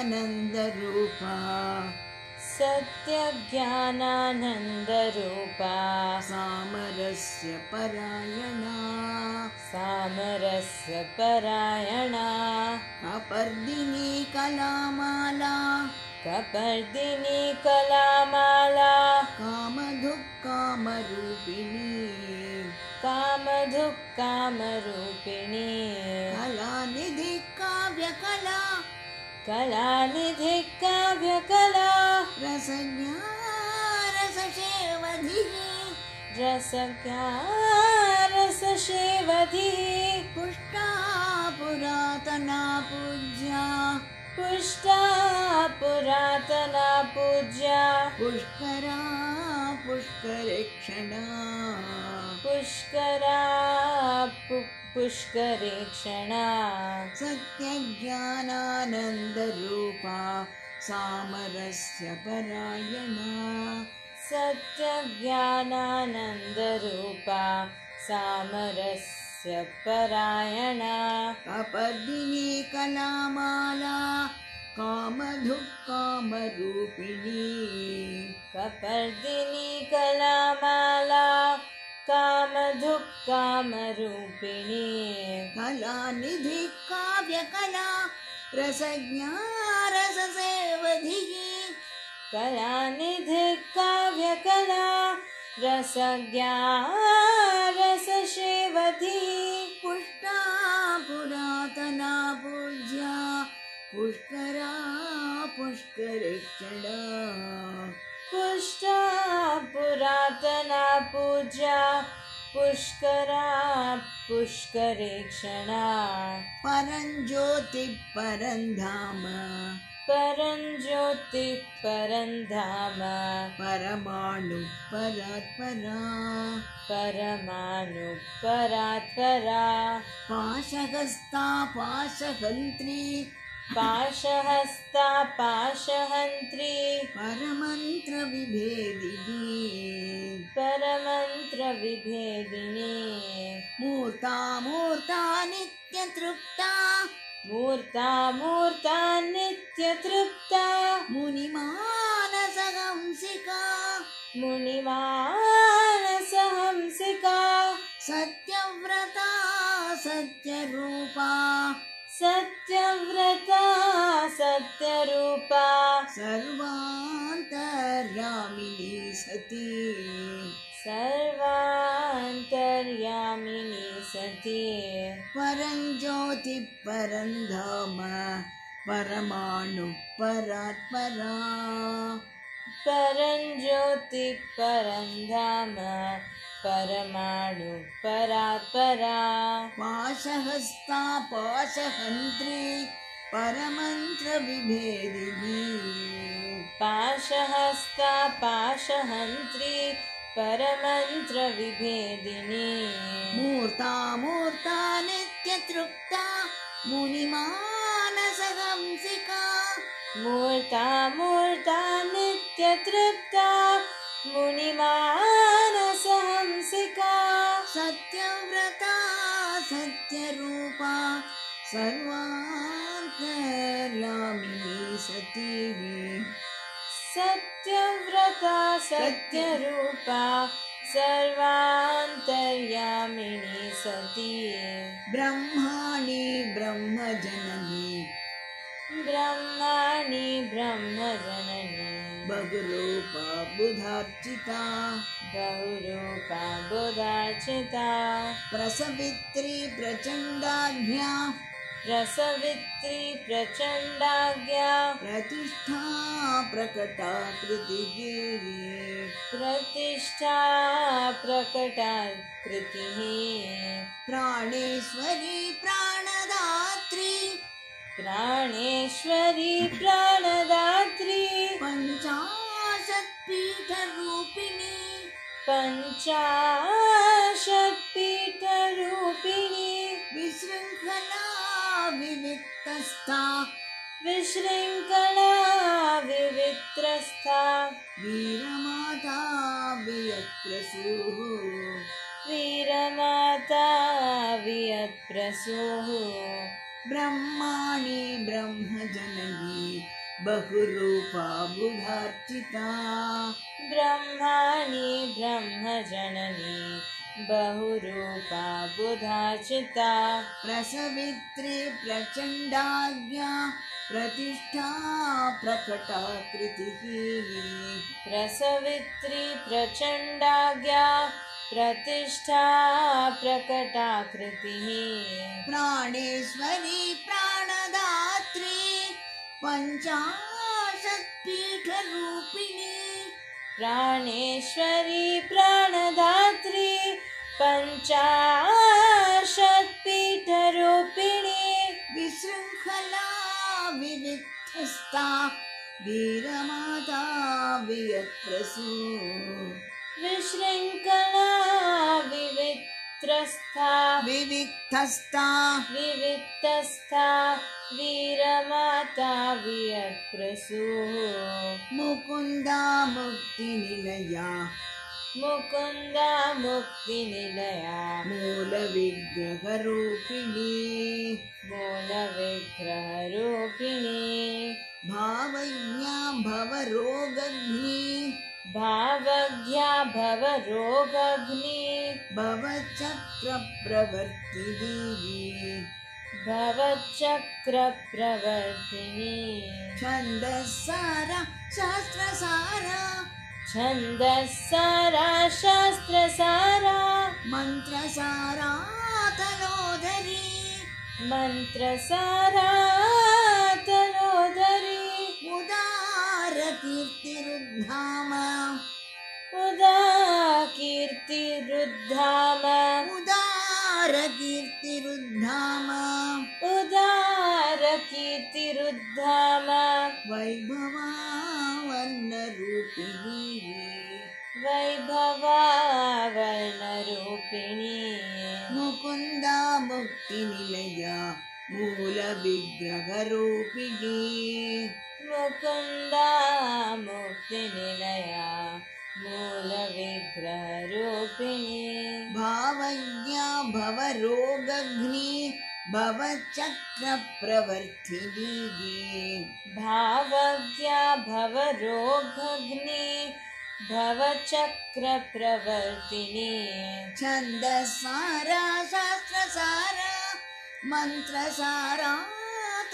सत्यज्ञानानन्दरूपा सत्यज्ञानानन्दरूपा सामरस्य परायणा सामरस्य परायणा अपर्दिनी कलामाला कपर्दिनी कलामाला कामधुः कामरूपिणी कामधुक् कामरूपिणी कलानिधि काव्यकला कलानिधि काव्यकला रसज्ञा रससेवधिः रसज्ञा रससेवधिः पुष्टा पुरातना पूज्या पुष्टा पुरातना पूज्या पुष्करा पुष्करेक्षणा पुष्करा पु- पुष्करेक्षणा सत्यज्ञानानन्दरूपा सामरस्य परायणा सत्यज्ञानानन्दरूपा सामरस्य परायणा कपर्दिनी कलामाला कामधुः कामरूपिणी कपर्दिनी कलामाला कामधुक् कामरूपिणी कलानिधि काव्यकला रसज्ञा रससेवधिः कलानिधि काव्यकला रसज्ञा रससेवधिः पुष्टा पुरातना पूज्या पुष्करा पुष्करेक्षणा पुष्टा पुरातना पूजा पुष्करा पुष्करेक्षणा परं ज्योतिः परं धाम परं ज्योतिः परं धाम परमाणुः परात्परा परमानुपरात्परा पाशहस्ता पाशहन्त्री पाशहस्ता पाशहन्त्री परमन्त्रविभेदिनी परमन्त्रविभेदिनी मूर्ता मूर्ता नित्यतृप्ता मूर्ता मूर्ता नित्यतृप्ता मुनिमानसहंसिका मुनिमानसहंसिका सत्यव्रता सत्यरूपा सत्यव्रता सत्यरूपा सर्वान्तर्यामिनी सती सर्वान्तर्यामिनी सती परं ज्योतिः परं धाम परमाणुः परात्परा परं ज्योतिः परं धाम परमाणु परात्परा पाशहस्ता पाशहन्त्री परमन्त्रविभेदिनी पाशहस्ता पाशहन्त्री परमन्त्रविभेदिनी मूर्ता मूर्ता नित्यतृप्ता मुनिमानसहंसिका मूर्ता मूर्ता नित्यतृप्ता मुनिमानसहंसिका सत्यव्रता सत्यरूपा सर्वान्तर्यामिनी सती सत्यव्रता सत्यरूपा सर्वान्तर्यामिणी सती ब्रह्माणि ब्रह्मजननी ब्रह्माणि ब्रह्मजननी बहुरूपा बुधार्चिता बहुरूपा बुधार्चिता प्रसवित्री प्रचण्डाज्ञा प्रसवित्री प्रचण्डाज्ञा प्रतिष्ठा प्रकटा कृतिगिरी प्रतिष्ठा प्रकटा कृतिः प्राणेश्वरी प्राणदात्री प्राणेश्वरी प्राणदात्री पञ्चाशत्पीठरूपिणी पञ्चाशत्पीठरूपिणी विशृङ्खला विविक्तस्था विशृङ्खला विवित्रस्था वीरमाता वियत्रसुः वीरमाता वियत्प्रसूः ब्रह्माणि ब्रह्मजननी बहुरूपा बुधार्चिता ब्रह्माणि ब्रह्मजननी बहुरूपा बुधाचिता प्रसवित्री प्रचण्डाज्ञा प्रतिष्ठा प्रकटा कृतिः प्रसवित्री प्रचण्डाज्ञा प्रतिष्ठा प्रकटा कृतिः प्राणेश्वरी प्राणदात्री पञ्चाशत्पीठरूपिणी प्राणेश्वरी प्राणदात्री पञ्चाशत्पीठरूपिणी विशृङ्खला विविक्तस्ता वीरमाता वियत्प्रसू विशृङ्खला विवित्रस्था विविक्तस्ता विवित्तस्था वीरमाता वियप्रसूः मुकुन्दा मुक्तिनिलया मुकुन्दा मुक्तिनिलया मूलविग्रहरूपिणी मूलविग्रहरूपिणी भावज्ञा भवरोगग्नि भावज्ञा भवरोगग्नि भवचक्रप्रवर्तिनी भवचक्रप्रवर्तिनी छन्दसार शास्त्रसार छन्दस्सारा शास्त्रसारा मन्त्रसारा तलोदरी मन्त्रसारा तनोदरी उदारकीर्तिरुद्धाम उदा कीर्तिरुद्धाम उदारकीर्तिरुद्धाम उदारकीर्तिरुद्धाम वैभवावर्णरूपिणी वैभवावर्णरूपिणी मुकुन्दा मुक्तिनिलया मूलविग्रहरूपिणी मुकुन्दा मुक्तिनिलया मूलविग्रहरूपिणी भावज्ञा भवरोगग्नि भवचक्रप्रवर्तिनी भावज्ञा भवरोगग्नि भवचक्रप्रवर्तिनी छन्दसारा शास्त्रसारा मन्त्रसारा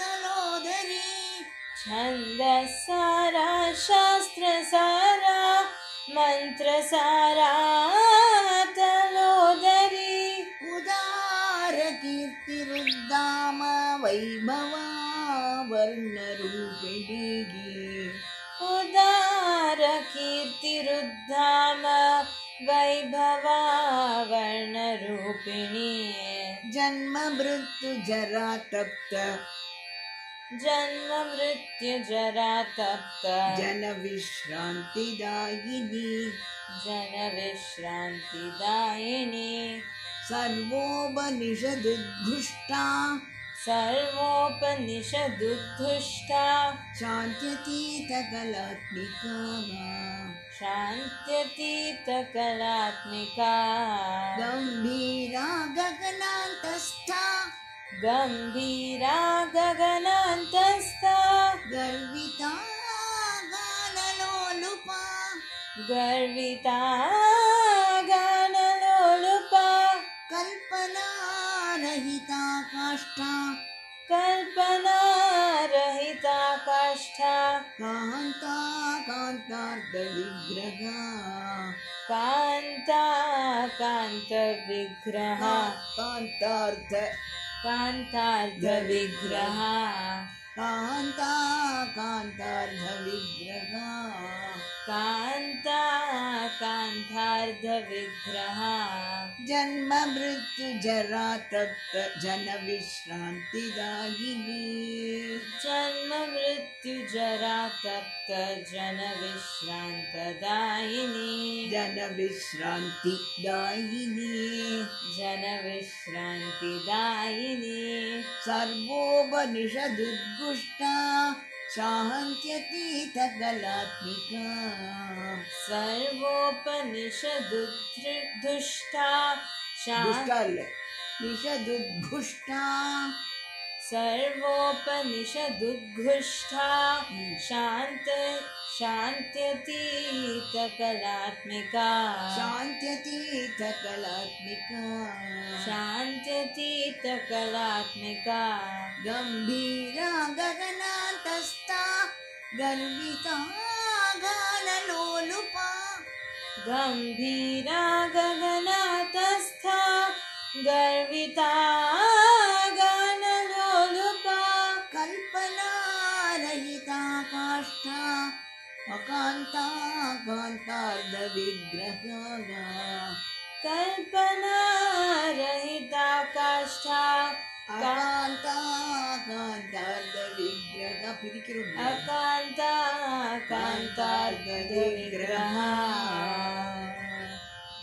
तलोदरी छन्दसारा शास्त्रसारा मन्त्रसारा तलोदरी उदारकीर्तिरुद्दाम वैभवा वर्णरूपिणी उदारकीर्तिरुद्धाम वैभवा वर्णरूपिणी जन्म मृत्यु जरा तप्त जन्म मृत्युजरा तप्त जन विश्रान्तिदायिनी जनविश्रान्तिदायिनी सर्वोपनिषदुद्घुष्टा सर्वोपनिषदुद्धुष्टा शान्त्यतीतकलात्मिका वा। शान्त्यतीतकलात्मिका गम्भीरा गगनान्तस्था गम्भीरा गगनान्तस्था गर्विता गानलोलुपा गर्विता गानलोलुपा कल्पना रहिता काष्ठा कल्पनारहिता काष्ठा कान्ता कान्तार्दविग्रहा कान्ता कान्तविग्रहा कान्तार्थ कान्तार्धविग्रहा कान्ता कान्तार्धविग्रहा कान्ता कान्तार्धविग्रहा जन्म मृत्यु जरा तप्त जन विश्रान्तिदायिनी जन्म मृत्युजरा तप्त जनविश्रान्तदायिनी जन विश्रान्तिदायिनी जनविश्रान्तिदायिनी सर्वोपनिषदुद्गुष्टा शान्त्यतीतकलात्मिका सर्वोपनिषदुद्धुष्टा शान्त दुष्टल निषदुद्घुष्टा सर्वोपनिषदुद्घुष्टा शान्त शान्त्यतीतकलात्मिका शान्त्यतीतकलात्मिका शान्त्यतीतकलात्मिका गम्भीरा गगनान्तस्था गर्विता गानलोलुपा गम्भीरा गगनातस्था गर्विता गानलोलुपा कल्पनारहिता काष्ठा अकान्ता कान्तार्धविग्रहागा कल्पना रहिता काष्ठा अकान्ता कान्तार्धविग्रह पिरिकिरु अकान्ता कान्तार्गविग्रहा